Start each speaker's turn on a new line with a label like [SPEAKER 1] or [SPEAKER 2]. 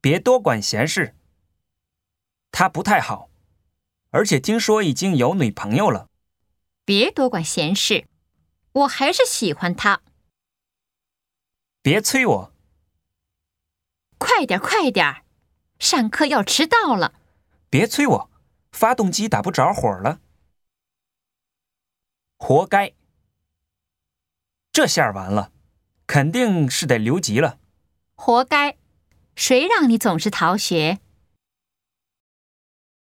[SPEAKER 1] 别多管闲事。他不太好，而且听说已经有女朋友了。
[SPEAKER 2] 别多管闲事，我还是喜欢他。
[SPEAKER 1] 别催我，
[SPEAKER 2] 快点，快点儿，上课要迟到了。
[SPEAKER 1] 别催我，发动机打不着火了。活该！这下完了，肯定是得留级了。
[SPEAKER 2] 活该，谁让你总是逃学？